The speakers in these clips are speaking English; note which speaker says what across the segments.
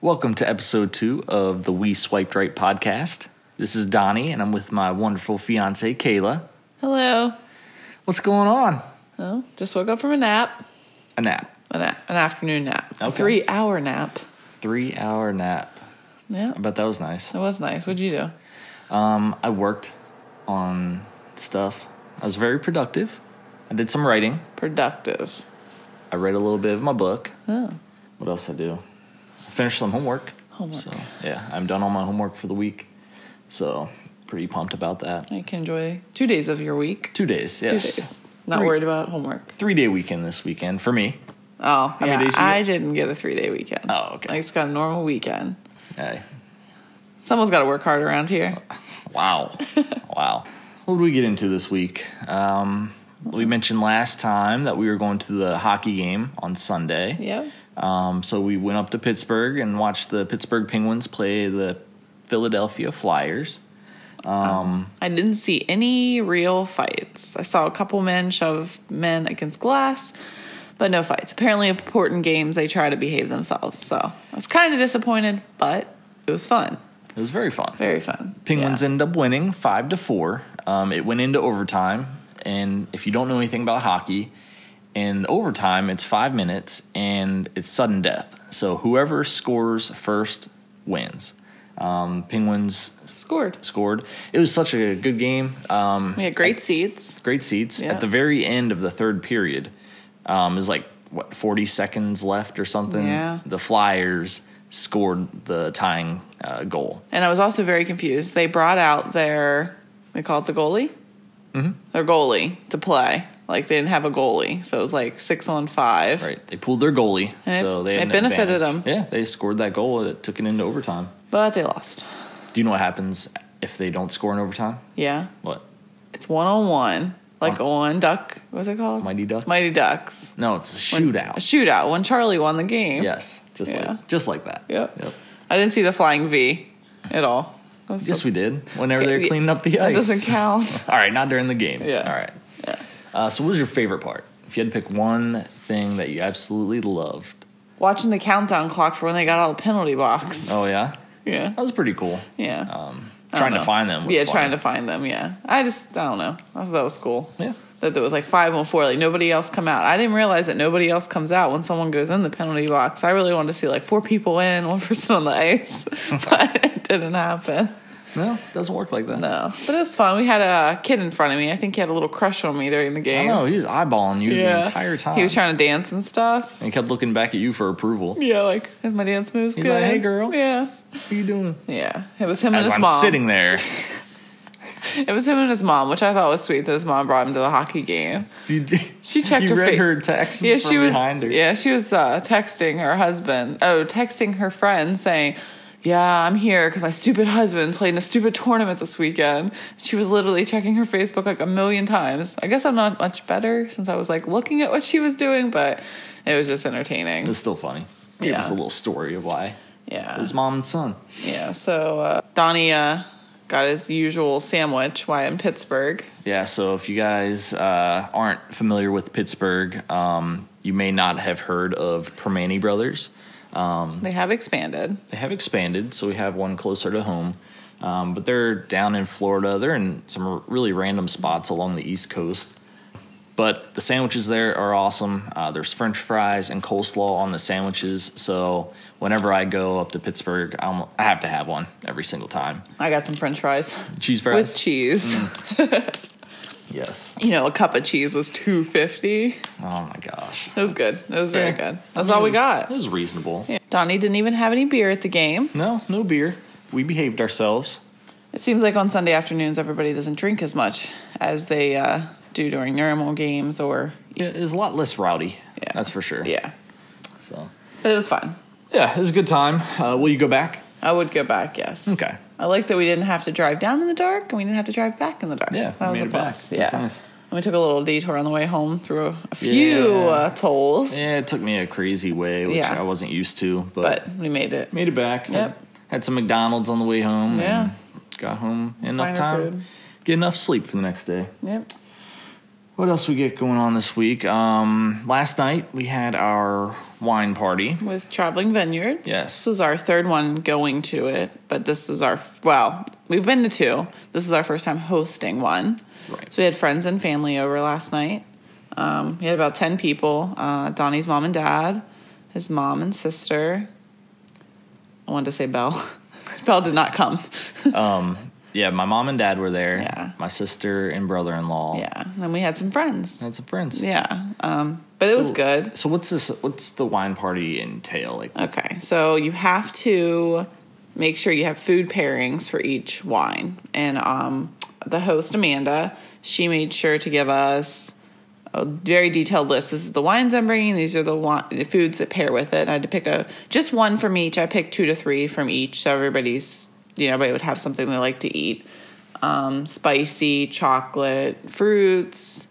Speaker 1: Welcome to episode two of the We Swiped Right podcast. This is Donnie, and I'm with my wonderful fiance, Kayla.
Speaker 2: Hello.
Speaker 1: What's going on?
Speaker 2: Oh, just woke up from a nap.
Speaker 1: A nap.
Speaker 2: An, a- an afternoon nap. A
Speaker 1: Okay.
Speaker 2: three hour nap.
Speaker 1: Three hour nap.
Speaker 2: Yeah.
Speaker 1: I bet that was nice.
Speaker 2: That was nice. What'd you do?
Speaker 1: Um, I worked on stuff. I was very productive. I did some writing.
Speaker 2: Productive.
Speaker 1: I read a little bit of my book.
Speaker 2: Oh.
Speaker 1: What else I do? I finished some homework.
Speaker 2: Homework.
Speaker 1: So, yeah, I'm done all my homework for the week. So, pretty pumped about that.
Speaker 2: I can enjoy two days of your week.
Speaker 1: Two days, yes.
Speaker 2: Two days. Not
Speaker 1: Three.
Speaker 2: worried about homework.
Speaker 1: Three day weekend this weekend for me.
Speaker 2: Oh,
Speaker 1: many
Speaker 2: yeah.
Speaker 1: days you
Speaker 2: I
Speaker 1: get?
Speaker 2: didn't get a three day weekend.
Speaker 1: Oh, okay.
Speaker 2: I just got a normal weekend.
Speaker 1: Hey.
Speaker 2: Someone's got to work hard around here.
Speaker 1: Oh. Wow. wow. What did we get into this week? Um, we mentioned last time that we were going to the hockey game on Sunday.
Speaker 2: Yeah.
Speaker 1: Um, so we went up to Pittsburgh and watched the Pittsburgh Penguins play the Philadelphia Flyers.
Speaker 2: I didn't see any real fights. I saw a couple men shove men against glass, but no fights. Apparently, important games, they try to behave themselves. So I was kind of disappointed, but it was fun.
Speaker 1: It was very fun.
Speaker 2: Very fun.
Speaker 1: Penguins
Speaker 2: yeah.
Speaker 1: end up winning five to four. Um, it went into overtime, and if you don't know anything about hockey, in overtime it's five minutes and it's sudden death. So whoever scores first wins. Um, Penguins
Speaker 2: scored.
Speaker 1: scored. It was such a good game. Um,
Speaker 2: We had great seats.
Speaker 1: great seats
Speaker 2: Yeah.
Speaker 1: at the very end of the third period. Um, it was like what forty seconds left or something.
Speaker 2: Yeah.
Speaker 1: The Flyers scored the tying uh, goal.
Speaker 2: And I was also very confused. They brought out their, they call it the goalie? Mm-hmm. Their goalie to play. Like they didn't have a goalie. So it was like six on five.
Speaker 1: Right. They pulled their goalie,
Speaker 2: And it-
Speaker 1: so they
Speaker 2: it
Speaker 1: had an
Speaker 2: benefited
Speaker 1: advantage. Yeah, they scored that goal. It took it into overtime.
Speaker 2: But they lost.
Speaker 1: Do you know what happens if they don't score in overtime?
Speaker 2: Yeah.
Speaker 1: What?
Speaker 2: It's one on one, like on Duck. What's it called?
Speaker 1: Mighty Ducks?
Speaker 2: Mighty Ducks.
Speaker 1: No, it's a
Speaker 2: When-
Speaker 1: shootout.
Speaker 2: A shootout. When Charlie won the game.
Speaker 1: yes, just
Speaker 2: Yeah.
Speaker 1: like just like that.
Speaker 2: Yep.
Speaker 1: Yep.
Speaker 2: I didn't see the flying V at all. That's-
Speaker 1: Yes, we did. Whenever they were
Speaker 2: Yeah,
Speaker 1: cleaning up the
Speaker 2: That
Speaker 1: ice.
Speaker 2: doesn't count.
Speaker 1: All right, not during the game.
Speaker 2: Yeah.
Speaker 1: All right. Uh, so, what was your favorite part? If you had to pick one thing that you absolutely loved.
Speaker 2: Watching the countdown clock for when they got out of the penalty box.
Speaker 1: Oh yeah,
Speaker 2: Yeah.
Speaker 1: that was pretty cool.
Speaker 2: Yeah.
Speaker 1: Um,
Speaker 2: I don't
Speaker 1: trying to
Speaker 2: know.
Speaker 1: find them. Was
Speaker 2: yeah,
Speaker 1: fun.
Speaker 2: trying to find them. Yeah. I just, I don't know. I thought that was cool.
Speaker 1: Yeah.
Speaker 2: That there was like five on four, like nobody else come out. I didn't realize that nobody else comes out when someone goes in the penalty box. I really wanted to see like four people in, one person on the ice, but it didn't happen.
Speaker 1: No, it doesn't work like that.
Speaker 2: No, but it was fun. We had a kid in front of me. I think he had a little crush on me during the
Speaker 1: I
Speaker 2: game.
Speaker 1: know he was eyeballing you
Speaker 2: Yeah.
Speaker 1: the entire time.
Speaker 2: He was trying to dance and stuff.
Speaker 1: and kept looking back at you for approval.
Speaker 2: Yeah, like is my dance moves
Speaker 1: He's
Speaker 2: good?
Speaker 1: like, "Hey, girl."
Speaker 2: Yeah,
Speaker 1: What are you doing?
Speaker 2: yeah. It was him and
Speaker 1: As
Speaker 2: his
Speaker 1: I'm
Speaker 2: mom.
Speaker 1: sitting there,
Speaker 2: It was him and his mom, which I thought was sweet that his mom brought him to the hockey game.
Speaker 1: you,
Speaker 2: She checked
Speaker 1: you
Speaker 2: her
Speaker 1: read
Speaker 2: face.
Speaker 1: her text.
Speaker 2: Yeah, she
Speaker 1: from
Speaker 2: was.
Speaker 1: behind her.
Speaker 2: Yeah, she was uh, texting her husband. Oh, texting her friend saying. Yeah, I'm here because my stupid husband played in a stupid tournament this weekend. She was literally checking her Facebook like a million times. I guess I'm not much better since I was like looking at what she was doing, but it was just
Speaker 1: It
Speaker 2: entertaining.
Speaker 1: was still funny. Gave
Speaker 2: Yeah. Uh.
Speaker 1: us a little story of why
Speaker 2: Yeah,
Speaker 1: his mom and son.
Speaker 2: yeah. So uh, Donnie uh, got his usual sandwich while in Pittsburgh.
Speaker 1: Yeah, so if you guys uh, aren't familiar with Pittsburgh, um, you may not have heard of Permane Brothers.
Speaker 2: They have expanded.
Speaker 1: They have expanded, so we have one closer to home. Um, but they're down in Florida. They're in some r- really random spots along the East Coast. But the sandwiches there are awesome. Uh, there's French fries and coleslaw on the sandwiches. So whenever I go up to Pittsburgh, I'm, I have to have one every single time.
Speaker 2: I got some French fries
Speaker 1: Cheese fries. Mm.
Speaker 2: with cheese.
Speaker 1: Yes.
Speaker 2: You know, a cup of cheese was two fifty.
Speaker 1: Oh my gosh.
Speaker 2: It was good. It was very
Speaker 1: Yeah. Mm.
Speaker 2: good. That's all we
Speaker 1: It
Speaker 2: got.
Speaker 1: was reasonable.
Speaker 2: Donnie didn't even have any beer at the game.
Speaker 1: No, no beer. We behaved ourselves.
Speaker 2: It seems like on Sunday afternoons, everybody doesn't drink as much as they uh, do during normal games or,
Speaker 1: Yeah, It was a lot less rowdy.
Speaker 2: Yeah.
Speaker 1: That's for sure.
Speaker 2: yeah.
Speaker 1: So,
Speaker 2: But it was fun.
Speaker 1: yeah, it was a good time. Uh, will you go back?
Speaker 2: I would go back, yes.
Speaker 1: Okay.
Speaker 2: I like that we didn't have to drive down in the dark and we didn't have to drive back in the dark.
Speaker 1: Yeah,
Speaker 2: that
Speaker 1: we
Speaker 2: was a
Speaker 1: made it back.
Speaker 2: plus.
Speaker 1: That's
Speaker 2: Yeah,
Speaker 1: nice.
Speaker 2: and we took a little detour on the way home through a, few
Speaker 1: Yeah.
Speaker 2: uh, tolls,
Speaker 1: Yeah, it took me a crazy way, which
Speaker 2: Yeah.
Speaker 1: I wasn't used to, but,
Speaker 2: but we made it.
Speaker 1: made it back.
Speaker 2: Yep.
Speaker 1: Had some McDonald's on the way home.
Speaker 2: Yeah.
Speaker 1: And got home in enough
Speaker 2: Finer
Speaker 1: time.
Speaker 2: food.
Speaker 1: Get enough sleep for the next day.
Speaker 2: Yep.
Speaker 1: What else we get going on this week? Um, last night we had our wine party.
Speaker 2: with Traveling Vineyards.
Speaker 1: Yes.
Speaker 2: This was our third one going to it, but this was our, well, we've been to two. This is our first time hosting one.
Speaker 1: Right.
Speaker 2: So we had friends and family over last night. Um, we had about 10 people uh, Donnie's mom and dad, his mom and sister. I wanted to say Belle. Belle did not come.
Speaker 1: Yeah, my mom and dad were there.
Speaker 2: Yeah.
Speaker 1: My sister and brother in law.
Speaker 2: yeah. And then we had some friends.
Speaker 1: And some friends.
Speaker 2: Yeah. Um, but it was
Speaker 1: So-
Speaker 2: good. Uh,
Speaker 1: So what's this what's the wine party entail? Like
Speaker 2: Okay, so you have to make sure you have food pairings for each wine. And um, the host, Amanda, she made sure to give us a very detailed list. This is the wines I'm bringing. These are the, wi- the foods that pair with it. And I had to pick a just one from each. I picked two to three from each, so everybody's you know everybody would have something they like to eat. Um, spicy, chocolate, fruits,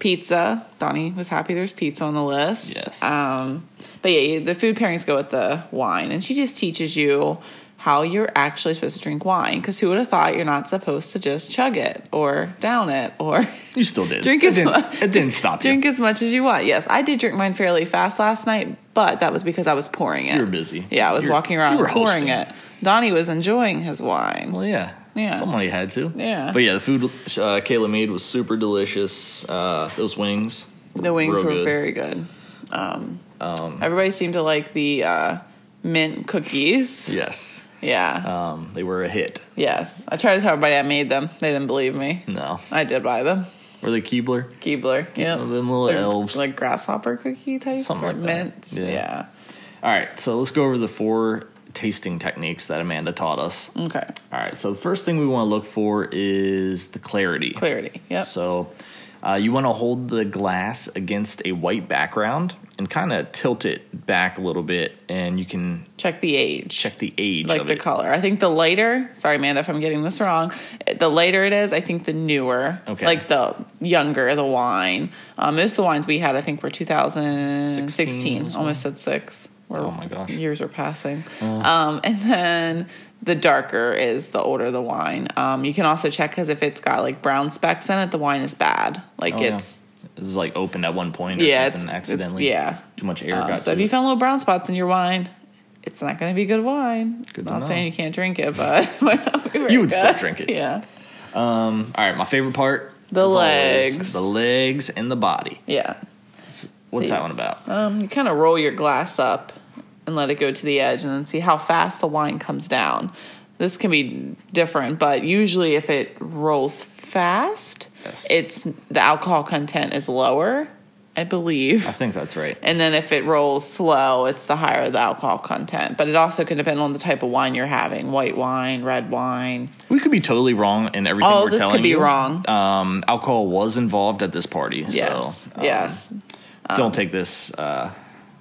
Speaker 2: pizza. Donnie was happy there's pizza on the list.
Speaker 1: Yes.
Speaker 2: Um, but yeah, you- the food pairings go with the wine, and she just teaches you how you're actually supposed to drink wine. Because who would have thought you're not supposed to just chug it or down it or
Speaker 1: you still did.
Speaker 2: Drink
Speaker 1: it
Speaker 2: as
Speaker 1: didn't,
Speaker 2: much-
Speaker 1: it didn't stop
Speaker 2: drink as much as you want. Yes, I did drink mine fairly fast last night, but that was because I was pouring it.
Speaker 1: You were busy.
Speaker 2: Yeah, I was
Speaker 1: You were-
Speaker 2: walking around
Speaker 1: you were
Speaker 2: pouring
Speaker 1: hosting.
Speaker 2: it. Donnie was enjoying his wine.
Speaker 1: Well, yeah.
Speaker 2: Yeah.
Speaker 1: Somebody had to.
Speaker 2: Yeah.
Speaker 1: But yeah, the food uh, Kayla made was super delicious. Uh, those wings.
Speaker 2: The wings
Speaker 1: real
Speaker 2: were
Speaker 1: good.
Speaker 2: very good. Um, everybody seemed to like the uh, mint cookies.
Speaker 1: Yes.
Speaker 2: Yeah.
Speaker 1: Um, they were a hit.
Speaker 2: yes. I tried to tell everybody I made them. They didn't believe me.
Speaker 1: No.
Speaker 2: I did buy them.
Speaker 1: Were they Keebler?
Speaker 2: Keebler. Yeah.
Speaker 1: Them little elves.
Speaker 2: Like grasshopper cookie type.
Speaker 1: Something
Speaker 2: or
Speaker 1: like that.
Speaker 2: mints.
Speaker 1: Yeah.
Speaker 2: yeah.
Speaker 1: All right, so let's go over the four tasting techniques that Amanda taught us.
Speaker 2: Okay.
Speaker 1: All right, so the first thing we want to look for is the clarity.
Speaker 2: Clarity. Yep.
Speaker 1: So uh, you want to hold the glass against a white background and kind of tilt it back a little bit, and you can
Speaker 2: Check the age.
Speaker 1: check the age
Speaker 2: like
Speaker 1: of
Speaker 2: the
Speaker 1: it.
Speaker 2: color. I think the lighter. Sorry, Amanda, if I'm getting this wrong. The later it is, I think the newer.
Speaker 1: Okay.
Speaker 2: Like the younger the wine. Um, most of the wines we had, I think, were 2016.
Speaker 1: Sixteen was
Speaker 2: Almost said six. We're-
Speaker 1: Oh my gosh. Uh.
Speaker 2: Years are passing. Um, and then the darker is the older the wine. Um, you can also check because if it's got like brown specks in it, the wine is bad. Like
Speaker 1: Oh, yeah.
Speaker 2: it's
Speaker 1: This is like opened at one point or
Speaker 2: Yeah, it's-
Speaker 1: something
Speaker 2: it's-
Speaker 1: accidentally.
Speaker 2: yeah.
Speaker 1: Too much air
Speaker 2: um,
Speaker 1: got
Speaker 2: so
Speaker 1: to
Speaker 2: if you
Speaker 1: it.
Speaker 2: found little brown spots in your wine, it's not going to be good wine.
Speaker 1: Good to
Speaker 2: I'm not
Speaker 1: know.
Speaker 2: saying you can't drink it, but it might not be very
Speaker 1: You would still
Speaker 2: good.
Speaker 1: drink it.
Speaker 2: Yeah.
Speaker 1: All right, my favorite part.
Speaker 2: The
Speaker 1: as always,
Speaker 2: legs.
Speaker 1: the legs and the body.
Speaker 2: Yeah.
Speaker 1: What's
Speaker 2: See.
Speaker 1: that one about?
Speaker 2: Um, you kind of roll your glass up and let it go to the edge and then see how fast the wine comes down. This can be different, but usually if it rolls fast,
Speaker 1: Yes.
Speaker 2: it's the alcohol content is lower, I believe.
Speaker 1: I think that's right.
Speaker 2: And then if it rolls slow, it's the higher the alcohol content. But it also can depend on the type of wine you're having white wine, red wine.
Speaker 1: We could be totally wrong in everything
Speaker 2: All
Speaker 1: we're
Speaker 2: Oh, this
Speaker 1: telling
Speaker 2: could be
Speaker 1: you.
Speaker 2: wrong.
Speaker 1: Um, alcohol was involved at this party,
Speaker 2: Yes.
Speaker 1: so um,
Speaker 2: yes. Um,
Speaker 1: don't take this uh,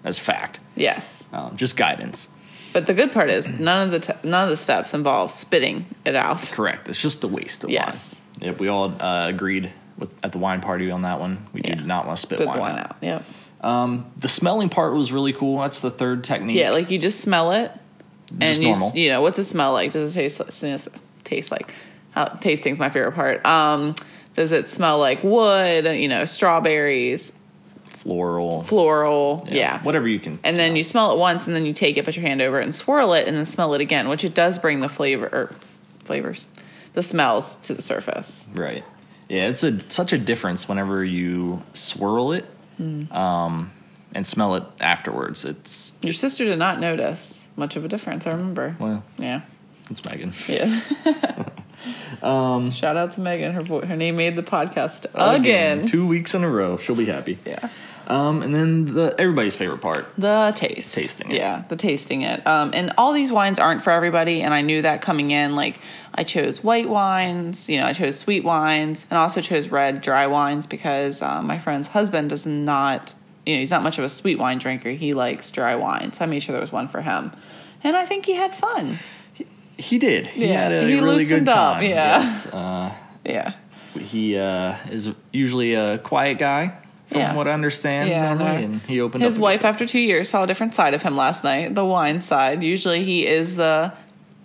Speaker 1: as fact.
Speaker 2: Yes.
Speaker 1: Um, just guidance.
Speaker 2: But the good part is none of the t- none of the steps involve spitting it out.
Speaker 1: Correct. It's just a waste of
Speaker 2: Yes.
Speaker 1: wine. Yep. We all uh, agreed with, at the wine party on that one. We
Speaker 2: Yeah.
Speaker 1: did not want to spit
Speaker 2: Spit
Speaker 1: wine,
Speaker 2: one
Speaker 1: out.
Speaker 2: out. Yep.
Speaker 1: The smelling part was really cool. That's the third technique.
Speaker 2: Yeah, like you just smell it, and
Speaker 1: Just
Speaker 2: you
Speaker 1: normal.
Speaker 2: you know what's it smell like? Does it taste like- you know, taste like? Uh, How, tasting's my favorite part. Um, does it smell like wood? You know, strawberries,
Speaker 1: Floral.
Speaker 2: floral. Yeah.
Speaker 1: Whatever you can.
Speaker 2: And then you smell it once, and then you take it, put your hand over it, and swirl it, and then smell it again, which it does bring the flavor or flavors, the smells to the surface.
Speaker 1: Right. Yeah, it's a such a difference whenever you swirl it,
Speaker 2: Hmm.
Speaker 1: um, and smell it afterwards. It's
Speaker 2: Your sister did not notice much of a difference. I remember.
Speaker 1: well,
Speaker 2: Yeah.
Speaker 1: it's Megan.
Speaker 2: Yeah. um, Shout out to Megan. Her vo- her name made the podcast again.
Speaker 1: Two weeks in a row. She'll be happy.
Speaker 2: Yeah.
Speaker 1: Um, and then the everybody's favorite part.
Speaker 2: The taste.
Speaker 1: Tasting it.
Speaker 2: Yeah, the tasting it. Um, and all these wines aren't for everybody, and I knew that coming in. Like, I chose white wines, you know, I chose sweet wines, and also chose red dry wines because um, my friend's husband does not, you know, he's not much of a sweet wine drinker. He likes dry wines. So I made sure there was one for him. And I think he had fun.
Speaker 1: He did. He
Speaker 2: Yeah,
Speaker 1: had a
Speaker 2: he
Speaker 1: really good
Speaker 2: loosened up,
Speaker 1: time.
Speaker 2: yeah.
Speaker 1: Yes. Uh,
Speaker 2: Yeah.
Speaker 1: he uh, is usually a quiet guy, from
Speaker 2: Yeah.
Speaker 1: what I understand.
Speaker 2: Yeah,
Speaker 1: normally,
Speaker 2: no.
Speaker 1: and he opened
Speaker 2: His
Speaker 1: up
Speaker 2: wife, after two years, saw a different side of him last night. The wine side. Usually, he is the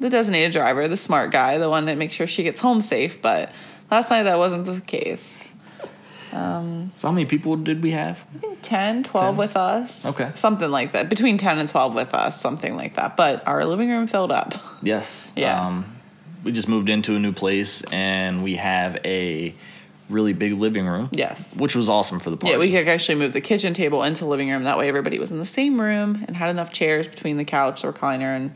Speaker 2: the designated driver, the smart guy, the one that makes sure she gets home safe. But last night, that wasn't the case.
Speaker 1: so how many people did we have?
Speaker 2: 10, 12
Speaker 1: 10.
Speaker 2: with us.
Speaker 1: Okay.
Speaker 2: Something like that. Between 10 and 12 with us, something like that. But our living room filled up.
Speaker 1: Yes.
Speaker 2: Yeah.
Speaker 1: Um, we just moved into a new place and we have a really big living room.
Speaker 2: Yes.
Speaker 1: Which was awesome for the party.
Speaker 2: Yeah, we could actually move the kitchen table into the living room. That way, everybody was in the same room and had enough chairs between the couch, the recliner, and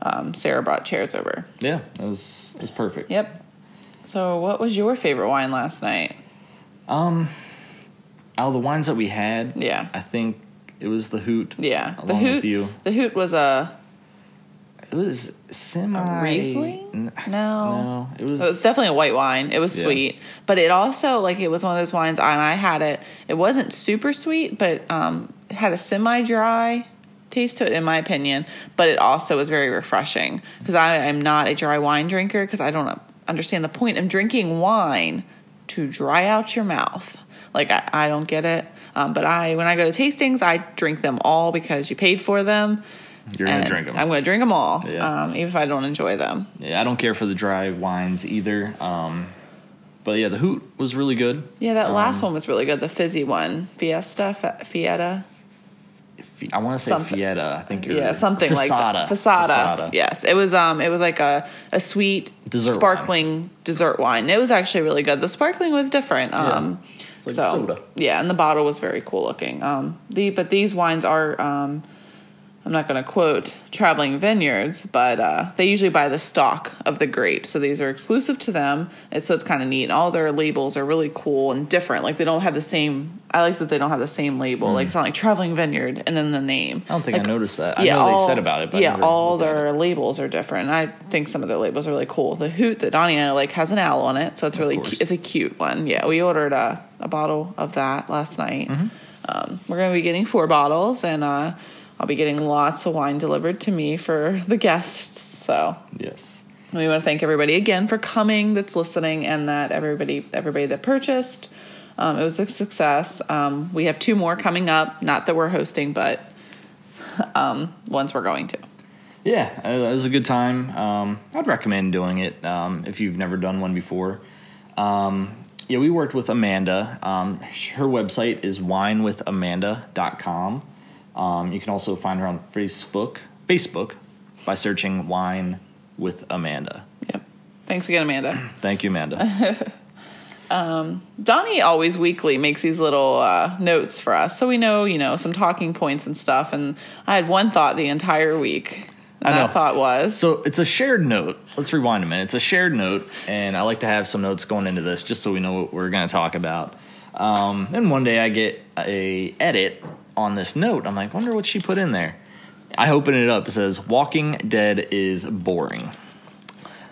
Speaker 2: um, Sarah brought chairs over.
Speaker 1: Yeah, it was it was perfect.
Speaker 2: Yep. So, what was your favorite wine last night?
Speaker 1: Out of the wines that we had,
Speaker 2: Yeah.
Speaker 1: I think it was the hoot.
Speaker 2: Yeah, the
Speaker 1: Along with
Speaker 2: hoot.
Speaker 1: you.
Speaker 2: The hoot was a
Speaker 1: It was semi
Speaker 2: Riesling?
Speaker 1: N-
Speaker 2: no.
Speaker 1: No, it was,
Speaker 2: It was definitely a white wine. It was
Speaker 1: Yeah.
Speaker 2: sweet, but it also like it was one of those wines. And I had it. It wasn't super sweet, but um, it had a semi-dry taste to it, in my opinion. But it also was very refreshing because I am not a dry wine drinker because I don't understand the point of drinking wine to dry out your mouth. Like I, I don't get it. Um, but I when I go to tastings, I drink them all because you paid for them.
Speaker 1: You're gonna
Speaker 2: and
Speaker 1: drink 'em.
Speaker 2: I'm gonna drink them all,
Speaker 1: Yeah.
Speaker 2: um, even if I don't enjoy them.
Speaker 1: yeah, I don't care for the dry wines either. Um, but yeah, the hoot was really good.
Speaker 2: Yeah, that
Speaker 1: Um,
Speaker 2: last one was really good. The fizzy one, Fiesta, F- Fiesta,
Speaker 1: Fe- I want to say
Speaker 2: Something.
Speaker 1: Fiesta. I think you're
Speaker 2: yeah, something like that.
Speaker 1: Fasada.
Speaker 2: Fasada. Yes, it was. Um, it was like a a sweet
Speaker 1: Dessert wine.
Speaker 2: sparkling dessert wine. It was actually really good. The sparkling was different. Um,
Speaker 1: It's like
Speaker 2: so
Speaker 1: soda.
Speaker 2: yeah, and the bottle was very cool looking. Um, the but these wines are um, I'm not going to quote traveling vineyards, but uh, they usually buy the stock of the grape. So these are exclusive to them. And so it's kind of neat. And all their labels are really cool and different. Like they don't have the same, I like that they don't have the same label. Like it's not like traveling vineyard and then the name.
Speaker 1: Hmm. I don't think
Speaker 2: Like,
Speaker 1: I noticed that. I know they said about it, but I
Speaker 2: yeah,
Speaker 1: never
Speaker 2: all
Speaker 1: looked at
Speaker 2: their labels are different. I think some of their labels are really cool. The hoot that Donnie and I like has an owl on it, so it's really
Speaker 1: course.
Speaker 2: cu- it's a cute one. Yeah, we ordered a, a bottle of that last night.
Speaker 1: Mm-hmm.
Speaker 2: Um, we're going to be getting four bottles, and uh, I'll be getting lots of wine delivered to me for the guests. So
Speaker 1: it. Yes.
Speaker 2: we want to thank everybody again for coming that's listening and that everybody everybody that purchased. Um, it was a success. Um, we have two more coming up. Not that we're hosting, but um, ones we're going to.
Speaker 1: Yeah, uh, it was a good time. Um, I'd recommend doing it um, if you've never done one before. Um, yeah, we worked with Amanda. Um, sh- her website is winewithamanda.com. Um, you can also find her on Facebook, Facebook, by searching Wine with Amanda.
Speaker 2: Yep. Thanks again, Amanda.
Speaker 1: Thank you, Amanda.
Speaker 2: Donnie always weekly makes these little uh, notes for us, so we know, you know, some talking points and stuff. And I had one thought the entire week.
Speaker 1: I
Speaker 2: And
Speaker 1: know.
Speaker 2: that thought was
Speaker 1: so it's a shared note. Let's rewind a minute. It's a shared note, and I like to have some notes going into this just so we know what we're going to talk about. Um, and one day I get a edit on this note. I'm like, wonder what she put in there. I open it up. It says, "Walking Dead is boring."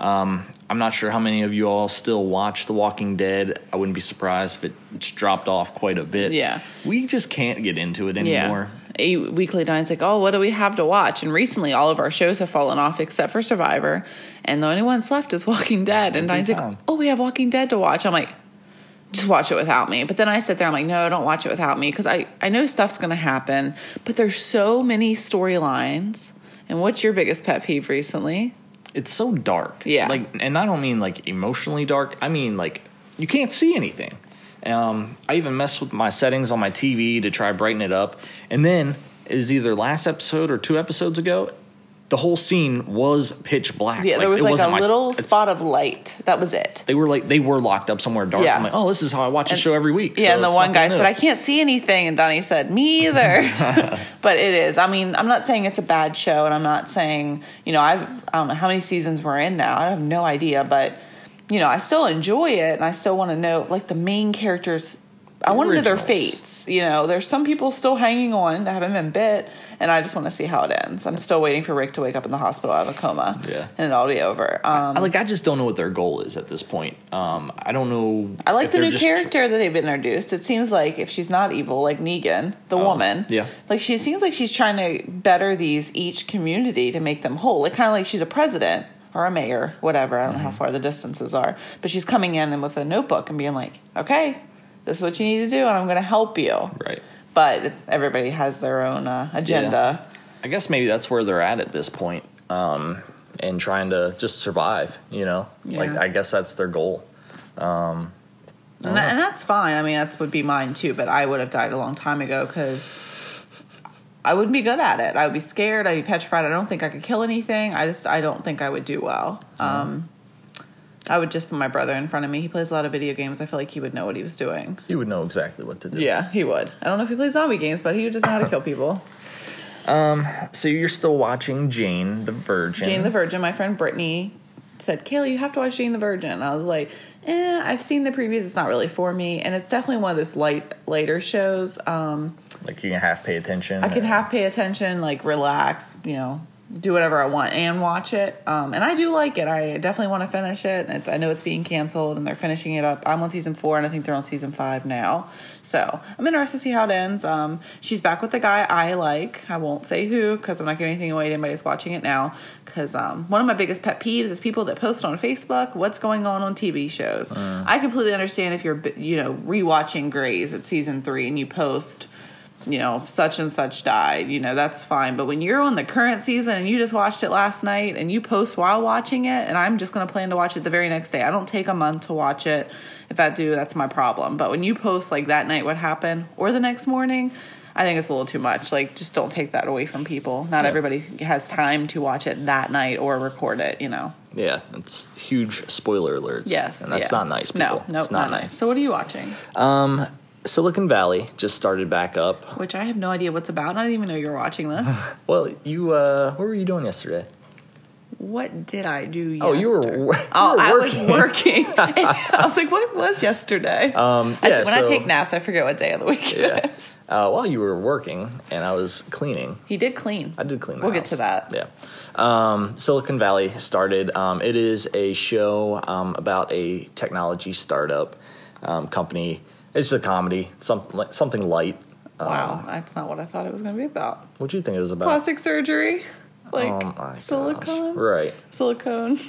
Speaker 1: Um, I'm not sure how many of you all still watch The Walking Dead. I wouldn't be surprised if it's dropped off quite a bit.
Speaker 2: Yeah.
Speaker 1: we just can't get into it anymore.
Speaker 2: A weekly Donnie's like, oh, what do we have to watch? And recently, all of our shows have fallen off except for Survivor, and the only one's left is Walking Dead. And
Speaker 1: Every
Speaker 2: Donnie's like,
Speaker 1: time.
Speaker 2: oh, we have Walking Dead to watch. I'm like, just watch it without me. But then I sit there, I'm like, no, don't watch it without me because I I know stuff's gonna happen, but there's so many storylines. And what's your biggest pet peeve recently?
Speaker 1: It's so dark.
Speaker 2: Yeah.
Speaker 1: Like, and I don't mean like emotionally dark. I mean like you can't see anything. Um, I even messed with my settings on my TV to try brighten it up, and then it was either last episode or two episodes ago. The whole scene was pitch black.
Speaker 2: Yeah, there was
Speaker 1: it
Speaker 2: like
Speaker 1: wasn't
Speaker 2: a little
Speaker 1: it's-
Speaker 2: spot of light. That was it.
Speaker 1: They were like they were locked up somewhere dark. I'm
Speaker 2: Yes.
Speaker 1: like, oh, this is how I watch a show every week.
Speaker 2: Yeah,
Speaker 1: so
Speaker 2: and the
Speaker 1: it's
Speaker 2: one guy
Speaker 1: nothing
Speaker 2: said,
Speaker 1: new.
Speaker 2: I can't see anything. And Donnie said, Me either. but it is. I mean, I'm not saying it's a bad show, and I'm not saying, you know, I've, I don't know how many seasons we're in now. I have no idea, but, you know, I still enjoy it, and I still want to know, like, the main characters. I want to know their
Speaker 1: Originals.
Speaker 2: fates. You know, there's some people still hanging on that haven't been bit, and I just want to see how it ends. I'm still waiting for Rick to wake up in the hospital out of a coma,
Speaker 1: Yeah.
Speaker 2: and it'll all be over.
Speaker 1: I-
Speaker 2: Um,
Speaker 1: like I just don't know what their goal is at this point. Um, I don't know.
Speaker 2: I like
Speaker 1: if
Speaker 2: the
Speaker 1: they're
Speaker 2: new
Speaker 1: just
Speaker 2: character that they've introduced. It seems like if she's not evil, like Negan, the woman,
Speaker 1: Oh, yeah.
Speaker 2: like she seems like she's trying to better these each community to make them whole. Like kind of like she's a president or a mayor, whatever. I don't know
Speaker 1: Mm-hmm.
Speaker 2: how far the distances are, but she's coming in and with a notebook and being like, "Okay, this is what you need to do, and I'm going to help you."
Speaker 1: Right.
Speaker 2: But everybody has their own uh, agenda.
Speaker 1: I guess maybe that's where they're at at this point, um, and trying to just survive. You know, like
Speaker 2: Yeah.
Speaker 1: I guess that's their goal. I
Speaker 2: And,
Speaker 1: don't
Speaker 2: that, and
Speaker 1: know.
Speaker 2: that's fine. I mean, that would be mine too, but I would have died a long time ago because I wouldn't be good at it. I would be scared. I'd be petrified. I don't think I could kill anything. I just, I don't think I would do well. Um, I would just put my brother in front of me. He plays a lot of video games. I feel like he would know what he was doing.
Speaker 1: You would know exactly what to do.
Speaker 2: Yeah, he would. I don't know if he plays zombie games, but he would just know how to kill people.
Speaker 1: So you're still watching Jane the Virgin.
Speaker 2: Jane the Virgin, my friend Brittany said, Kayla, you have to watch Jane the Virgin. And I was like, eh, I've seen the previews. It's not really for me. And it's definitely one of those light, later shows. Um,
Speaker 1: Like you can half pay attention.
Speaker 2: I can half pay attention, like relax, you know, do whatever I want and watch it. Um, and I do like it. I definitely want to finish it. And I know it's being canceled and they're finishing it up. I'm on season four and I think they're on season five now. So I'm interested to see how it ends. Um, she's back with the guy I like. I won't say who because I'm not giving anything away to anybody that's watching it now. Because um, one of my biggest pet peeves is people that post on Facebook what's going on on TV shows. I completely understand if you're, you know, rewatching Grey's at season three and you post you know, such and such died, you know, that's fine. But when you're on the current season and you just watched it last night and you post while watching it, and I'm just going to plan to watch it the very next day, I don't take a month to watch it. If I do, that's my problem. But when you post like that night what happened or the next morning, I think it's a little too much. Like, just don't take that away from people. Not everybody has time to watch it that night or record it, you know.
Speaker 1: Yeah, it's huge spoiler alerts.
Speaker 2: Yes.
Speaker 1: and that's
Speaker 2: yeah.
Speaker 1: not nice. People.
Speaker 2: No, no,
Speaker 1: it's not, nice.
Speaker 2: So, what are you watching?
Speaker 1: Silicon Valley just started back up.
Speaker 2: Which I have no idea what's about. I didn't even know you were watching this.
Speaker 1: Well, you uh, what were you doing yesterday?
Speaker 2: What did I do yesterday?
Speaker 1: Oh, you were wor- you
Speaker 2: oh,
Speaker 1: were
Speaker 2: I was
Speaker 1: working.
Speaker 2: working. I was like, what was yesterday?
Speaker 1: Um,
Speaker 2: I-
Speaker 1: yeah,
Speaker 2: when I
Speaker 1: so-
Speaker 2: take naps, I forget what day of the week
Speaker 1: Yeah.
Speaker 2: it is.
Speaker 1: Uh, while you were working and I was cleaning,
Speaker 2: He did clean.
Speaker 1: I did clean. The
Speaker 2: We'll
Speaker 1: house.
Speaker 2: get to that.
Speaker 1: Yeah. Um, Silicon Valley started. Um, it is a show um, about a technology startup um, company. It's just a comedy, something li- something light. Um,
Speaker 2: Wow, that's not what I thought it was going to be about.
Speaker 1: What do you think it was about?
Speaker 2: Plastic surgery, like
Speaker 1: Oh my gosh.
Speaker 2: silicone,
Speaker 1: Right.
Speaker 2: silicone.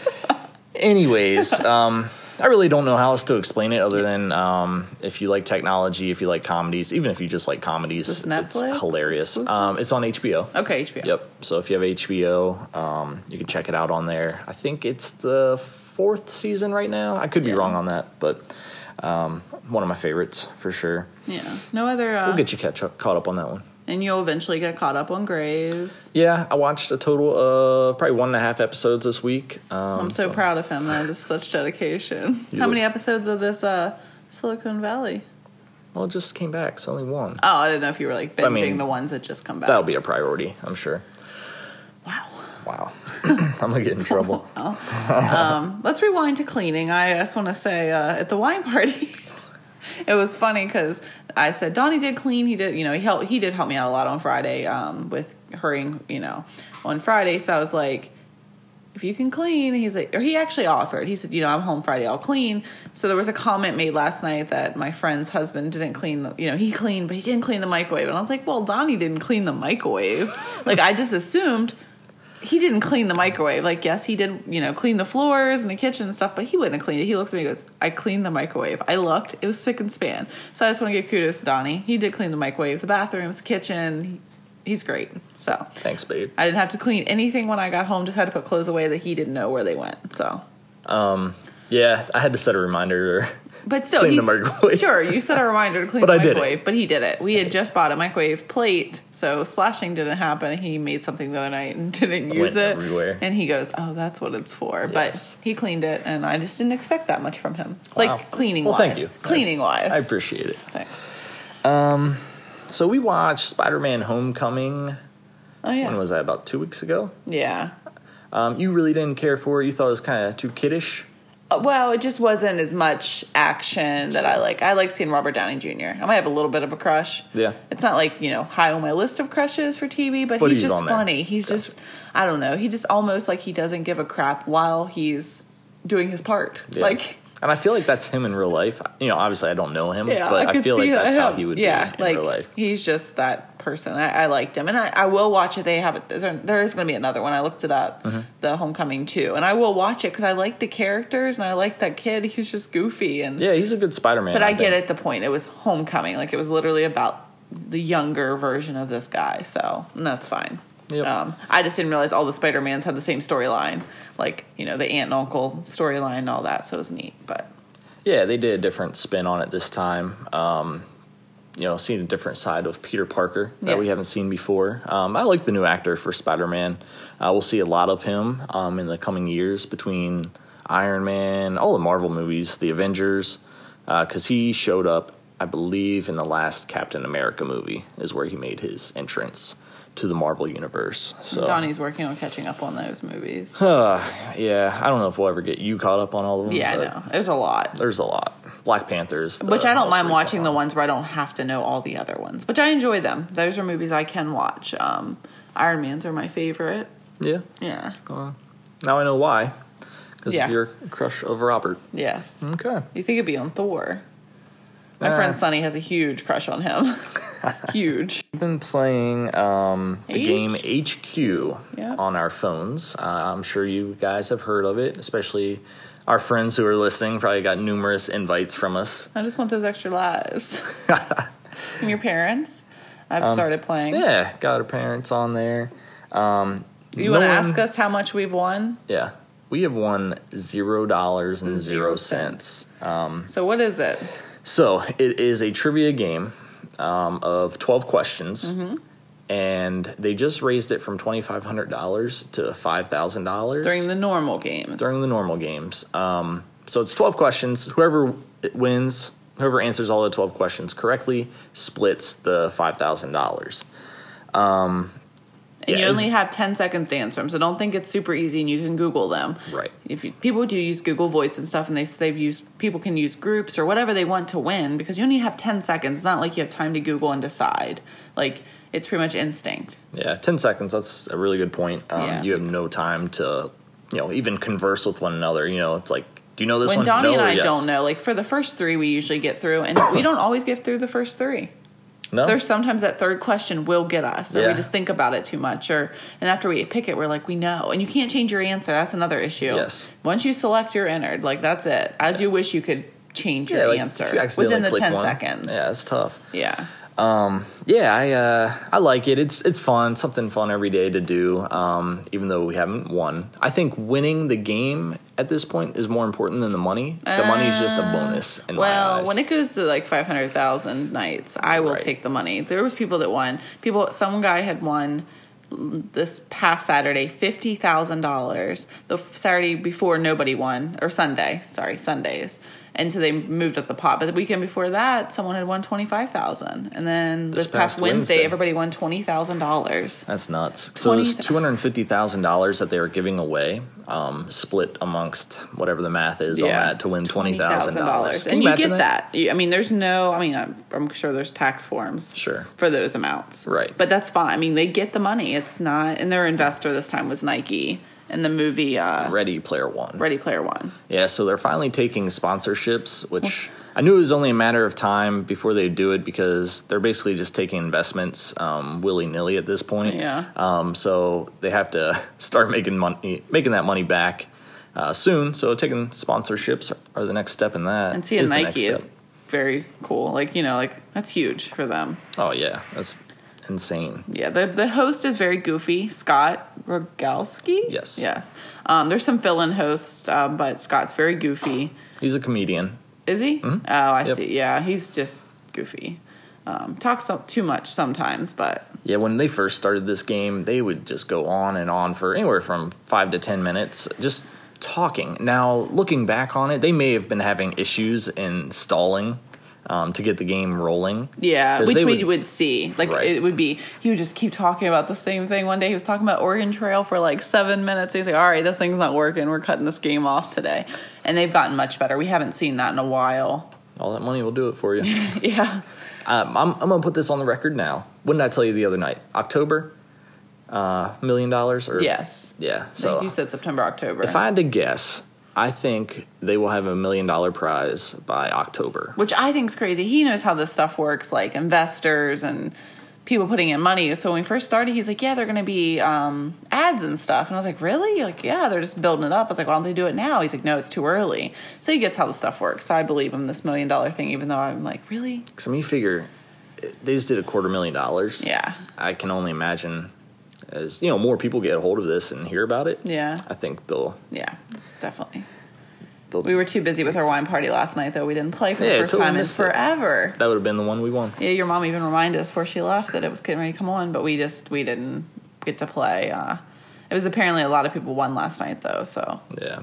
Speaker 1: Anyways, um, I really don't know how else to explain it other than um, if you like technology, if you like comedies, even if you just like comedies,
Speaker 2: Is this Netflix
Speaker 1: it's hilarious.
Speaker 2: exclusive?
Speaker 1: Um, it's on HBO.
Speaker 2: Okay, HBO.
Speaker 1: Yep. So if you have HBO, um, you can check it out on there. I think it's the fourth season right now. I could be
Speaker 2: Yeah.
Speaker 1: wrong on that, but um, one of my favorites for sure.
Speaker 2: Yeah, no other. Uh,
Speaker 1: We'll get you catch up, caught up on that one.
Speaker 2: and you'll eventually get caught up on Grays.
Speaker 1: Yeah, I watched a total of probably one and a half episodes this week. Um,
Speaker 2: I'm so, proud of him. That is such dedication.
Speaker 1: You
Speaker 2: How
Speaker 1: look-
Speaker 2: many episodes of this uh, Silicon Valley?
Speaker 1: Well, it just came back. It's only one.
Speaker 2: Oh, I didn't know if you were like binging
Speaker 1: I mean,
Speaker 2: the ones that just come back.
Speaker 1: That'll be a priority, I'm sure.
Speaker 2: Wow.
Speaker 1: Wow. I'm going to get in trouble.
Speaker 2: Let's rewind to cleaning. I just want to say uh, at the wine party, it was funny because I said Donnie did clean. He did, you know, he helped. He did help me out a lot on Friday um, with hurrying, you know, on Friday. So I was like, if you can clean, he's like, or he actually offered. He said, you know, I'm home Friday, I'll clean. So there was a comment made last night that my friend's husband didn't clean, the, you know, he cleaned, but he didn't clean the microwave. And I was like, well, Donnie didn't clean the microwave. like I just assumed he didn't clean the microwave. Like, yes, he did, you know, clean the floors and the kitchen and stuff, but he wouldn't have cleaned it. He looks at me and goes, I cleaned the microwave. I looked, it was spick and span. So I just want to give kudos to Donnie. He did clean the microwave, the bathrooms, the kitchen. He's great. So
Speaker 1: Thanks, babe.
Speaker 2: I didn't have to clean anything when I got home. Just had to put clothes away that he didn't know where they went. So,
Speaker 1: Yeah, I had to set a reminder.
Speaker 2: but still,
Speaker 1: Clean the
Speaker 2: he's-
Speaker 1: microwave.
Speaker 2: Sure, you set a reminder to clean
Speaker 1: But
Speaker 2: the
Speaker 1: I did it.
Speaker 2: microwave, but he did it. We had just bought a microwave plate, so splashing didn't happen. He made something the other night and didn't use it.
Speaker 1: everywhere.
Speaker 2: And he goes, "Oh, that's what it's for."
Speaker 1: Yes.
Speaker 2: But he cleaned it, and I just didn't expect that much from him.
Speaker 1: Wow.
Speaker 2: Like cleaning
Speaker 1: Well,
Speaker 2: wise,
Speaker 1: thank you. I-
Speaker 2: cleaning wise.
Speaker 1: I appreciate it. Um,
Speaker 2: Thanks.
Speaker 1: So we watched Spider Man Homecoming.
Speaker 2: Oh yeah,
Speaker 1: When was that? About two weeks ago?
Speaker 2: yeah.
Speaker 1: Um, you really didn't care for it. You thought it was kind of too kiddish.
Speaker 2: Uh, Well, it just wasn't as much action that I like. I like seeing Robert Downey Jr. I might have a little bit of a crush.
Speaker 1: Yeah.
Speaker 2: It's not like, you know, high on my list of crushes for TV, but,
Speaker 1: But
Speaker 2: he's,
Speaker 1: he's
Speaker 2: just
Speaker 1: on there.
Speaker 2: funny. He's just, I don't know. He just almost like he doesn't give a crap while he's doing his part.
Speaker 1: Yeah.
Speaker 2: Like,
Speaker 1: and I feel like that's him in real life. You know, obviously I don't know him,
Speaker 2: yeah,
Speaker 1: but
Speaker 2: I,
Speaker 1: I,
Speaker 2: could
Speaker 1: feel
Speaker 2: see
Speaker 1: like
Speaker 2: that
Speaker 1: that's how
Speaker 2: him.
Speaker 1: he would
Speaker 2: yeah,
Speaker 1: be in
Speaker 2: like,
Speaker 1: real life.
Speaker 2: He's just that person. I, I liked him, and I, I will watch it. They have it. There's, there is going to be another one. I looked it up,
Speaker 1: Uh-huh.
Speaker 2: the Homecoming two, and I will watch it because I like the characters and I like that kid. He's just goofy and
Speaker 1: Yeah, he's a good Spider Man.
Speaker 2: But I get at the point. It was homecoming. Like it was literally about the younger version of this guy. So and that's fine.
Speaker 1: Yep.
Speaker 2: Um, I just didn't realize all the Spider Mans had the same storyline, like you know the aunt and uncle storyline and all that. So it was neat. But
Speaker 1: Yeah, they did a different spin on it this time. Um, you know, seeing a different side of Peter Parker that we
Speaker 2: Yes.
Speaker 1: haven't seen before. Um, I like the new actor for Spider Man. Uh, we'll see a lot of him um, in the coming years between Iron Man, all the Marvel movies, the Avengers, because he showed up, I believe, in the last Captain America movie, is where he made his entrance to the Marvel universe. So,
Speaker 2: Donnie's working on catching up on those movies.
Speaker 1: yeah, I don't know if we'll ever get you caught up on all of them.
Speaker 2: yeah, I
Speaker 1: but
Speaker 2: know. There's a lot.
Speaker 1: There's a lot. Black Panthers,
Speaker 2: Which I don't mind watching the ones where I don't have to know all the other ones, which I enjoy them. Those are movies I can watch. Um, Iron Man's are my favorite.
Speaker 1: Yeah.
Speaker 2: Yeah.
Speaker 1: Now I know why. Because
Speaker 2: Yeah.
Speaker 1: of your crush over Robert.
Speaker 2: Yes.
Speaker 1: Okay.
Speaker 2: You think it'd be on Thor? My
Speaker 1: Uh.
Speaker 2: friend Sonny has a huge crush on him. huge.
Speaker 1: We've been playing um, the
Speaker 2: H?
Speaker 1: game HQ
Speaker 2: Yep.
Speaker 1: on our phones. Uh, I'm sure you guys have heard of it, especially our friends who are listening probably got numerous invites from us.
Speaker 2: I just want those extra lives. and your parents? I've started playing.
Speaker 1: Um, Yeah, got our parents on there. Um,
Speaker 2: You want to ask us how much we've won?
Speaker 1: Yeah. We have won zero dollars and
Speaker 2: Zero
Speaker 1: zero cents.
Speaker 2: So what is it?
Speaker 1: So it is a trivia game um, of twelve questions,
Speaker 2: Mm-hmm.
Speaker 1: and they just raised it from twenty five hundred dollars to five thousand dollars
Speaker 2: During the normal games.
Speaker 1: during the normal games. Um, so it's twelve questions. Whoever wins, whoever answers all the twelve questions correctly, splits the five thousand dollars.
Speaker 2: and
Speaker 1: yeah,
Speaker 2: you
Speaker 1: it's-
Speaker 2: only have 10 seconds to answer them, so don't think it's super easy and you can Google them.
Speaker 1: Right.
Speaker 2: If you, people do use Google Voice and stuff, and they s- they've used people can use groups or whatever they want to win because you only have 10 seconds. It's not like you have time to Google and decide. Like it's pretty much instinct.
Speaker 1: Yeah, ten seconds. That's a really good point. Um,
Speaker 2: Yeah.
Speaker 1: You have no time to, you know, even converse with one another. You know, it's like, do you know this
Speaker 2: When
Speaker 1: one?
Speaker 2: Donnie
Speaker 1: no
Speaker 2: and
Speaker 1: or
Speaker 2: I
Speaker 1: yes?
Speaker 2: don't know, like for the first three, we usually get through, and we don't always get through the first three.
Speaker 1: No.
Speaker 2: There's sometimes that third question will get us, or
Speaker 1: Yeah.
Speaker 2: we just think about it too much, or and after we pick it, we're like, we know, and you can't change your answer. That's another issue.
Speaker 1: Yes.
Speaker 2: Once you select, you're entered. Like that's it. I do wish you could change
Speaker 1: yeah,
Speaker 2: your
Speaker 1: like, if
Speaker 2: answer
Speaker 1: you accidentally
Speaker 2: within the
Speaker 1: click
Speaker 2: ten
Speaker 1: one-
Speaker 2: seconds.
Speaker 1: Yeah, it's tough.
Speaker 2: Yeah.
Speaker 1: yeah, I uh, I like it. It's it's fun, something fun every day to do. Um, even though we haven't won, I think winning the game at this point is more important than the money. The money is just a bonus. In my
Speaker 2: Uh, Well,
Speaker 1: eyes.
Speaker 2: when it goes to like 500,000 nights, I will
Speaker 1: Right.
Speaker 2: take the money. There was people that won. People some guy had won this past Saturday $50,000. The f- Saturday before nobody won or Sunday, sorry, Sundays. And so they moved up the pot. But the weekend before that, someone had won 25,000. And then this, past,
Speaker 1: past Wednesday.
Speaker 2: Wednesday, everybody won $20,000.
Speaker 1: that's nuts. So it's two hundred fifty thousand dollars that they were giving away, um, split amongst whatever the math is on
Speaker 2: Yeah.
Speaker 1: that to win twenty thousand dollars.
Speaker 2: And you get that. You- I mean, there's no, I mean, I'm, I'm sure there's tax forms.
Speaker 1: Sure.
Speaker 2: For those amounts.
Speaker 1: Right.
Speaker 2: But that's fine. I mean, they get the money. It's not, and their investor this time was Nike and the movie uh,
Speaker 1: Ready Player One.
Speaker 2: Ready Player One.
Speaker 1: Yeah, so they're finally taking sponsorships, which I knew it was only a matter of time before they do it because they're basically just taking investments um, willy nilly at this point.
Speaker 2: Yeah.
Speaker 1: Um, so they have to start making money, making that money back uh, soon. So taking sponsorships are the next step in that.
Speaker 2: And seeing
Speaker 1: is the next
Speaker 2: Nike is
Speaker 1: step.
Speaker 2: very cool. Like, you know, like that's huge for them.
Speaker 1: Oh yeah, that's insane.
Speaker 2: Yeah, the, the host is very goofy, Scott Rogalski.
Speaker 1: Yes.
Speaker 2: Yes. Um, there's some fill in hosts, um, but Scott's very goofy.
Speaker 1: He's a comedian.
Speaker 2: Is he? Oh, I
Speaker 1: Hmm? Yep.
Speaker 2: see. Yeah, he's just goofy. Um, talks so- too much sometimes, but
Speaker 1: Yeah, when they first started this game, they would just go on and on for anywhere from five to ten minutes, just talking. Now, looking back on it, they may have been having issues in stalling um, to get the game rolling.
Speaker 2: yeah,
Speaker 1: 'Cause
Speaker 2: which
Speaker 1: they
Speaker 2: we would, see. Like
Speaker 1: Right.
Speaker 2: it would be he would just keep talking about the same thing. One day he was talking about Oregon Trail for like seven minutes. He's like, "All right, this thing's not working. We're cutting this game off today." And they've gotten much better. We haven't seen that in a while.
Speaker 1: all that money will do it for you.
Speaker 2: Yeah,
Speaker 1: um, I'm, I'm gonna put this on the record now. What did I tell you the other night? October, uh, million dollars or
Speaker 2: yes.
Speaker 1: yeah.
Speaker 2: So
Speaker 1: So
Speaker 2: you said September, October,
Speaker 1: if I had to guess, I think they will have a million dollar prize by October.
Speaker 2: which I think's crazy. He knows how this stuff works, like investors and people putting in money. So when we first started, he's like, "Yeah, they're going to be um, ads and stuff," and I was like, "Really?" Like, "Yeah, they're just building it up." I was like, "Why don't they do it now?" He's like, "No, it's too early." So he gets how the stuff works. So I believe him this million dollar thing, even though I'm like, "Really?"
Speaker 1: So me figure, eh, they just did a quarter million dollars.
Speaker 2: Yeah,
Speaker 1: I can only imagine as you know more people get a hold of this and hear about it.
Speaker 2: yeah,
Speaker 1: I think they'll
Speaker 2: yeah, definitely.
Speaker 1: they'll-
Speaker 2: We were too busy with our wine party last night, though. We didn't play for
Speaker 1: Yeah,
Speaker 2: the first
Speaker 1: totally
Speaker 2: time in
Speaker 1: missed it.
Speaker 2: forever.
Speaker 1: that would have been the one we won.
Speaker 2: Yeah, your mom even reminded us before she left that it was getting ready to come on, but we just we didn't get to play. Uh, it was apparently a lot of people won last night, though. So
Speaker 1: Yeah.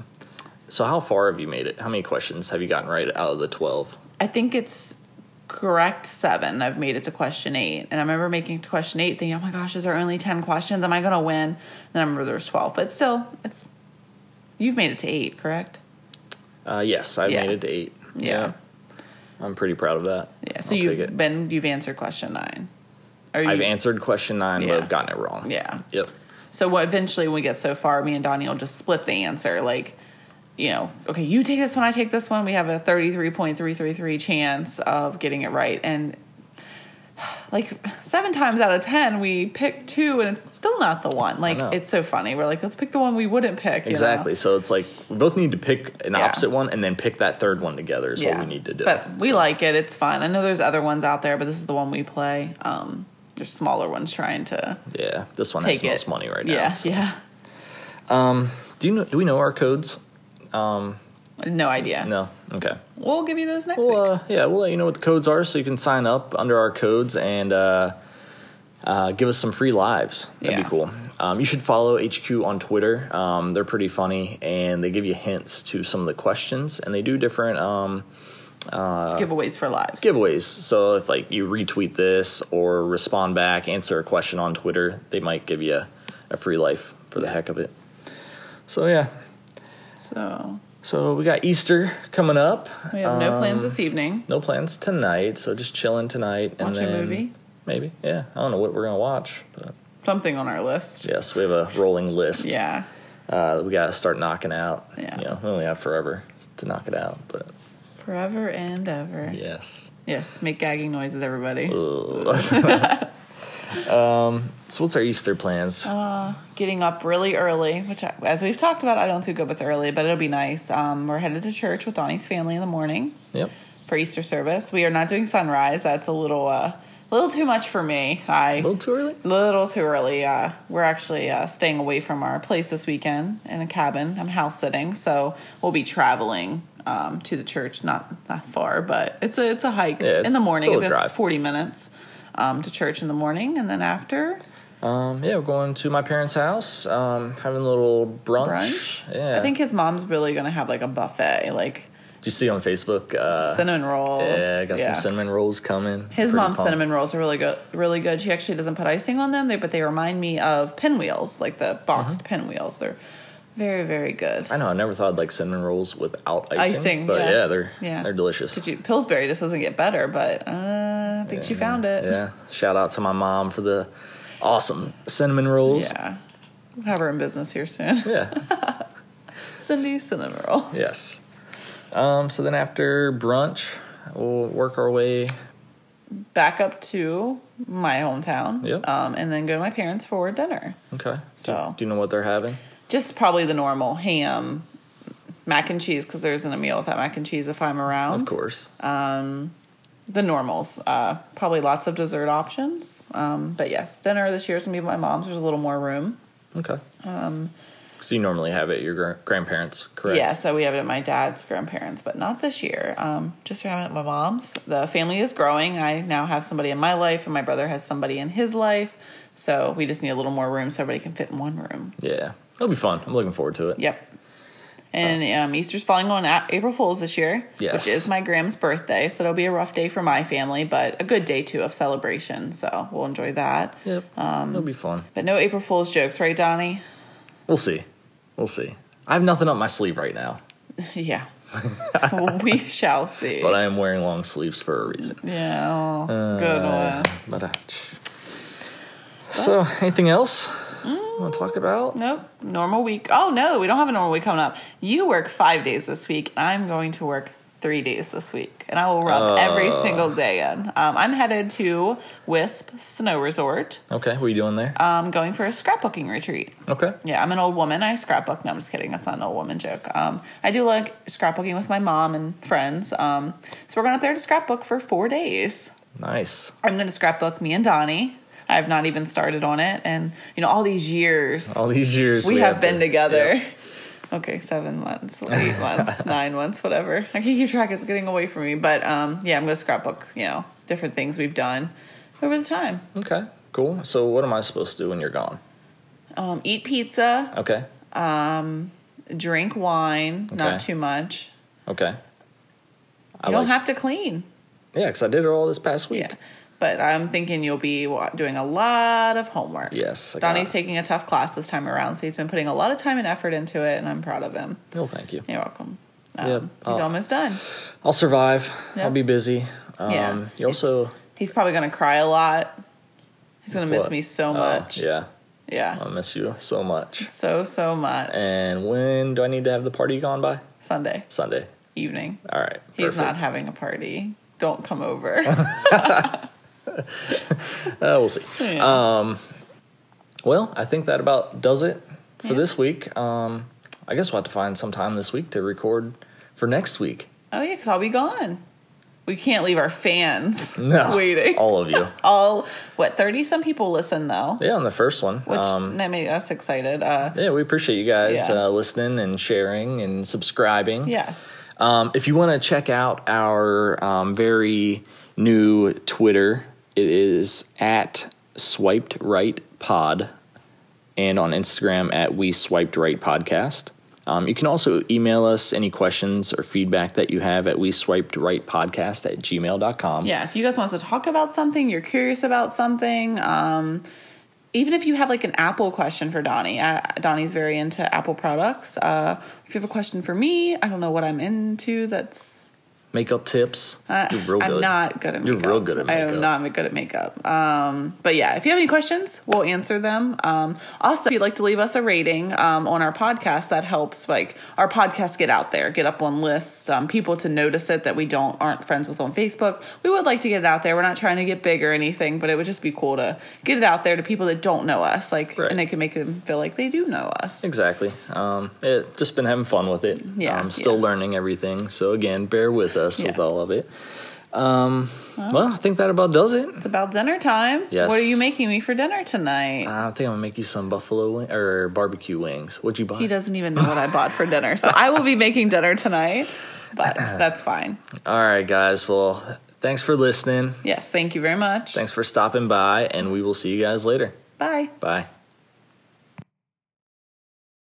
Speaker 1: So how far have you made it? How many questions have you gotten right out of the twelve?
Speaker 2: I think it's correct seven. I've made it to question eight. And I remember making it to question eight thinking, oh my gosh, is there only 10 questions? Am I going to win? And then I remember there was 12, but still, it's. You've made it to eight, correct?
Speaker 1: Uh, yes, I've
Speaker 2: Yeah.
Speaker 1: made it to eight.
Speaker 2: Yeah.
Speaker 1: I'm pretty proud of that.
Speaker 2: Yeah. So
Speaker 1: I'll take
Speaker 2: you've
Speaker 1: it.
Speaker 2: been, you've answered question nine. Are
Speaker 1: I've answered question nine,
Speaker 2: Yeah.
Speaker 1: but I've gotten it wrong.
Speaker 2: Yeah.
Speaker 1: Yep.
Speaker 2: So what eventually when we get so far, me and Donnie will just split the answer. Like, you know, okay, you take this one, I take this one. We have a thirty-three point three three three chance of getting it right. And like seven times out of ten, we pick two, and it's still not the one. Like
Speaker 1: know.
Speaker 2: it's so funny. We're like, let's pick the one we wouldn't pick. you know?
Speaker 1: Exactly. So it's like we both need to pick an
Speaker 2: Yeah.
Speaker 1: opposite one and then pick that third one together is what we need to do.
Speaker 2: But we
Speaker 1: So-
Speaker 2: like it. It's fun. I know there's other ones out there, but this is the one we play. Um, there's smaller ones trying to
Speaker 1: Yeah, this one has
Speaker 2: take
Speaker 1: the
Speaker 2: it.
Speaker 1: most money right now.
Speaker 2: Yeah,
Speaker 1: so.
Speaker 2: yeah.
Speaker 1: Do you know? Do we know our codes?
Speaker 2: No idea.
Speaker 1: No. Okay.
Speaker 2: We'll give you those next week.
Speaker 1: Well, uh, yeah, we'll let you know what the codes are, so you can sign up under our codes and uh, uh, give us some free lives. That'd
Speaker 2: Yeah.
Speaker 1: be cool. Um, you should follow HQ on Twitter. Um, they're pretty funny, and they give you hints to some of the questions, and they do different. Um,
Speaker 2: giveaways for lives.
Speaker 1: uh, giveaways. So if like you retweet this or respond back, answer a question on Twitter, they might give you a, a free life for the heck of it. So yeah.
Speaker 2: So
Speaker 1: So we got Easter coming up.
Speaker 2: we have no plans this evening.
Speaker 1: No plans tonight, so just chilling tonight. and
Speaker 2: Watch a
Speaker 1: then
Speaker 2: movie?
Speaker 1: Maybe. Yeah. I don't know what we're gonna watch, but
Speaker 2: Something on our list.
Speaker 1: yes, we have a rolling list.
Speaker 2: Yeah.
Speaker 1: Uh, we gotta start knocking out.
Speaker 2: Yeah.
Speaker 1: You know, we only have forever to knock it out, but
Speaker 2: Forever and ever.
Speaker 1: yes.
Speaker 2: Yes. Make gagging noises, everybody.
Speaker 1: So what's our Easter plans?
Speaker 2: Uh, Getting up really early, which, I, as we've talked about, I don't do good with early, but it'll be nice. Um, we're headed to church with Donnie's family in the morning
Speaker 1: yep.
Speaker 2: for Easter service. We are not doing sunrise. That's a little, uh, little too much for me. I
Speaker 1: A little too early?
Speaker 2: little too early. Uh, we're actually uh, staying away from our place this weekend in a cabin. I'm house sitting, so we'll be traveling um, to the church. Not that far, but it's a it's a hike
Speaker 1: Yeah, it's
Speaker 2: in the morning.
Speaker 1: still a
Speaker 2: it'll be
Speaker 1: drive.
Speaker 2: Forty minutes um, to church in the morning, and then after
Speaker 1: Um, yeah, we're going to my parents' house, um, having a little brunch.
Speaker 2: brunch.
Speaker 1: Yeah.
Speaker 2: I think his mom's really gonna have like a buffet, like
Speaker 1: Did you see on Facebook? Uh,
Speaker 2: cinnamon rolls.
Speaker 1: yeah, I got some cinnamon rolls coming.
Speaker 2: His
Speaker 1: Pretty
Speaker 2: mom's
Speaker 1: pumped.
Speaker 2: cinnamon rolls are really good. Really good. She actually doesn't put icing on them, they, but they remind me of pinwheels, like the boxed
Speaker 1: Uh-huh.
Speaker 2: pinwheels. They're very, very good.
Speaker 1: I know. I never thought I'd like cinnamon rolls without icing.
Speaker 2: Icing,
Speaker 1: but
Speaker 2: yeah.
Speaker 1: yeah, they're
Speaker 2: Yeah.
Speaker 1: they're delicious.
Speaker 2: Did you, Pillsbury just doesn't get better, but uh, I think she found it.
Speaker 1: Yeah. Shout out to my mom for the awesome cinnamon rolls.
Speaker 2: Yeah. We'll have her in business here soon.
Speaker 1: Yeah.
Speaker 2: Cindy Cinnamon Rolls.
Speaker 1: yes. Um, so then after brunch, we'll work our way.
Speaker 2: Back up to my hometown.
Speaker 1: Yep.
Speaker 2: Um, and then go to my parents for dinner.
Speaker 1: Okay.
Speaker 2: So-
Speaker 1: do you know what they're having?
Speaker 2: Just probably the normal ham, mac and cheese, because there isn't a meal without mac and cheese if I'm around.
Speaker 1: Of course.
Speaker 2: The normals. Uh, probably lots of dessert options. Um, but yes, dinner this year is going to be at my mom's. There's a little more room.
Speaker 1: okay. Um. So you normally have it at your gra- grandparents, correct?
Speaker 2: Yeah, so we have it at my dad's grandparents, but not this year. Um, just having it at my mom's. The family is growing. I now have somebody in my life, and my brother has somebody in his life. So we just need a little more room so everybody can fit in one room.
Speaker 1: Yeah. It'll be fun. I'm looking forward to it.
Speaker 2: Yep. And um, Easter's falling on A- April Fool's this year,
Speaker 1: Oh. Yes.
Speaker 2: which is my Graham's birthday. So it'll be a rough day for my family, but a good day too of celebration. So we'll enjoy that.
Speaker 1: Yep. It'll be fun.
Speaker 2: But no April Fool's jokes, right, Donnie?
Speaker 1: We'll see. We'll see. I have nothing up my sleeve right now,
Speaker 2: yeah. we shall see.
Speaker 1: but I Uh, am wearing long sleeves for a reason.
Speaker 2: yeah. oh, good one.
Speaker 1: But uh, so, anything else you want to talk about?
Speaker 2: Nope. Normal week. Oh no, we don't have a normal week coming up. You work five days this week. I'm going to work three days this week, and I will rub every single day in. Um, I'm headed to Wisp Snow Resort.
Speaker 1: Okay, what are you doing there?
Speaker 2: Um, going for a scrapbooking retreat.
Speaker 1: okay,
Speaker 2: Yeah, I'm an old woman. I scrapbook. No, I'm just kidding. That's not an old woman joke. Um, I do like scrapbooking with my mom and friends. Um, so we're going up there to scrapbook for four days.
Speaker 1: nice.
Speaker 2: I'm going to scrapbook me and Donnie. I have not even started on it, and you know all these years
Speaker 1: All these years
Speaker 2: we, have been
Speaker 1: to-
Speaker 2: together.
Speaker 1: Yep.
Speaker 2: okay, seven months, eight months, nine months, whatever. I can't keep track. It's getting away from me. But um, yeah, I'm going to scrapbook, you know, different things we've done over the time.
Speaker 1: Okay, cool. So what am I supposed to do when you're gone?
Speaker 2: Um, eat pizza,
Speaker 1: Okay,
Speaker 2: drink wine, not
Speaker 1: Okay.
Speaker 2: too much.
Speaker 1: okay. I
Speaker 2: You don't
Speaker 1: like-
Speaker 2: have to clean.
Speaker 1: Yeah, because I did it all this past week.
Speaker 2: Yeah. But I'm thinking you'll be wa- doing a lot of homework.
Speaker 1: Yes, I got
Speaker 2: Donnie's
Speaker 1: it.
Speaker 2: taking a tough class this time around, so he's been putting a lot of time and effort into it, and I'm proud of him.
Speaker 1: No, thank you.
Speaker 2: You're welcome. Um,
Speaker 1: Yep.
Speaker 2: He's
Speaker 1: Oh.
Speaker 2: almost done.
Speaker 1: I'll survive.
Speaker 2: Yeah.
Speaker 1: I'll be busy. Um,
Speaker 2: Yeah.
Speaker 1: You also
Speaker 2: He's probably going to cry a lot. He's going to miss
Speaker 1: What?
Speaker 2: me so
Speaker 1: Oh,
Speaker 2: much.
Speaker 1: yeah, Oh.
Speaker 2: Yeah.
Speaker 1: I miss you so much.
Speaker 2: so, so much.
Speaker 1: And when do I need to have the party gone by?
Speaker 2: Sunday
Speaker 1: Sunday.
Speaker 2: evening.
Speaker 1: All right.
Speaker 2: He's
Speaker 1: perfect.
Speaker 2: not having a party. Don't come over.
Speaker 1: Uh, we'll see.
Speaker 2: Yeah.
Speaker 1: Well, I think that about does it for
Speaker 2: Yeah.
Speaker 1: this week. Um, I guess we'll have to find some time this week to record for next week.
Speaker 2: oh, yeah, because I'll be gone. We can't leave our fans
Speaker 1: No,
Speaker 2: waiting. All,
Speaker 1: all of you.
Speaker 2: what, 30 some people listen, though.
Speaker 1: Yeah, on the first one.
Speaker 2: which
Speaker 1: um,
Speaker 2: that made us excited. Uh,
Speaker 1: yeah, we appreciate you guys
Speaker 2: Yeah.
Speaker 1: uh, listening and sharing and subscribing.
Speaker 2: yes,
Speaker 1: Um, if you want to check out our um, very new Twitter, it is at Swiped Right Pod, and on Instagram at We Swiped Right Podcast. Um, you can also email us any questions or feedback that you have at We Swiped Right Podcast at gmail.com.
Speaker 2: yeah. If you guys want us to talk about something, you're curious about something. Um, even if you have like an Apple question for Donnie, uh, Donnie's very into Apple products. Uh, if you have a question for me, I don't know what I'm into. That's
Speaker 1: Makeup tips.
Speaker 2: Uh,
Speaker 1: You're real
Speaker 2: I'm
Speaker 1: good.
Speaker 2: not good at
Speaker 1: You're
Speaker 2: makeup.
Speaker 1: real good at
Speaker 2: I
Speaker 1: makeup.
Speaker 2: am not good at makeup. Um, but yeah, if you have any questions, we'll answer them. Um, also, if you'd like to leave us a rating um, on our podcast, that helps like our podcast get out there, get up on lists, um, people to notice it that we don't aren't friends with on Facebook. We would like to get it out there. We're not trying to get big or anything, but it would just be cool to get it out there to people that don't know us, like,
Speaker 1: Right.
Speaker 2: and it can make them feel like they do know us.
Speaker 1: Exactly. Um, it, just been having fun with it.
Speaker 2: Yeah,
Speaker 1: I'm still
Speaker 2: yeah.
Speaker 1: learning everything. So, again, bear with us
Speaker 2: Yes.
Speaker 1: with all of it. Um, well, I think that about does it.
Speaker 2: It's about dinner time.
Speaker 1: Yes.
Speaker 2: What are you making me for dinner tonight?
Speaker 1: I think I'm gonna make you some buffalo wing or barbecue wings. What'd you buy?
Speaker 2: He doesn't even know what I bought for dinner. So I will be making dinner tonight, but that's fine.
Speaker 1: All right, guys. Well, thanks for listening.
Speaker 2: Yes, thank you very much.
Speaker 1: Thanks for stopping by, and we will see you guys later.
Speaker 2: Bye.
Speaker 1: Bye.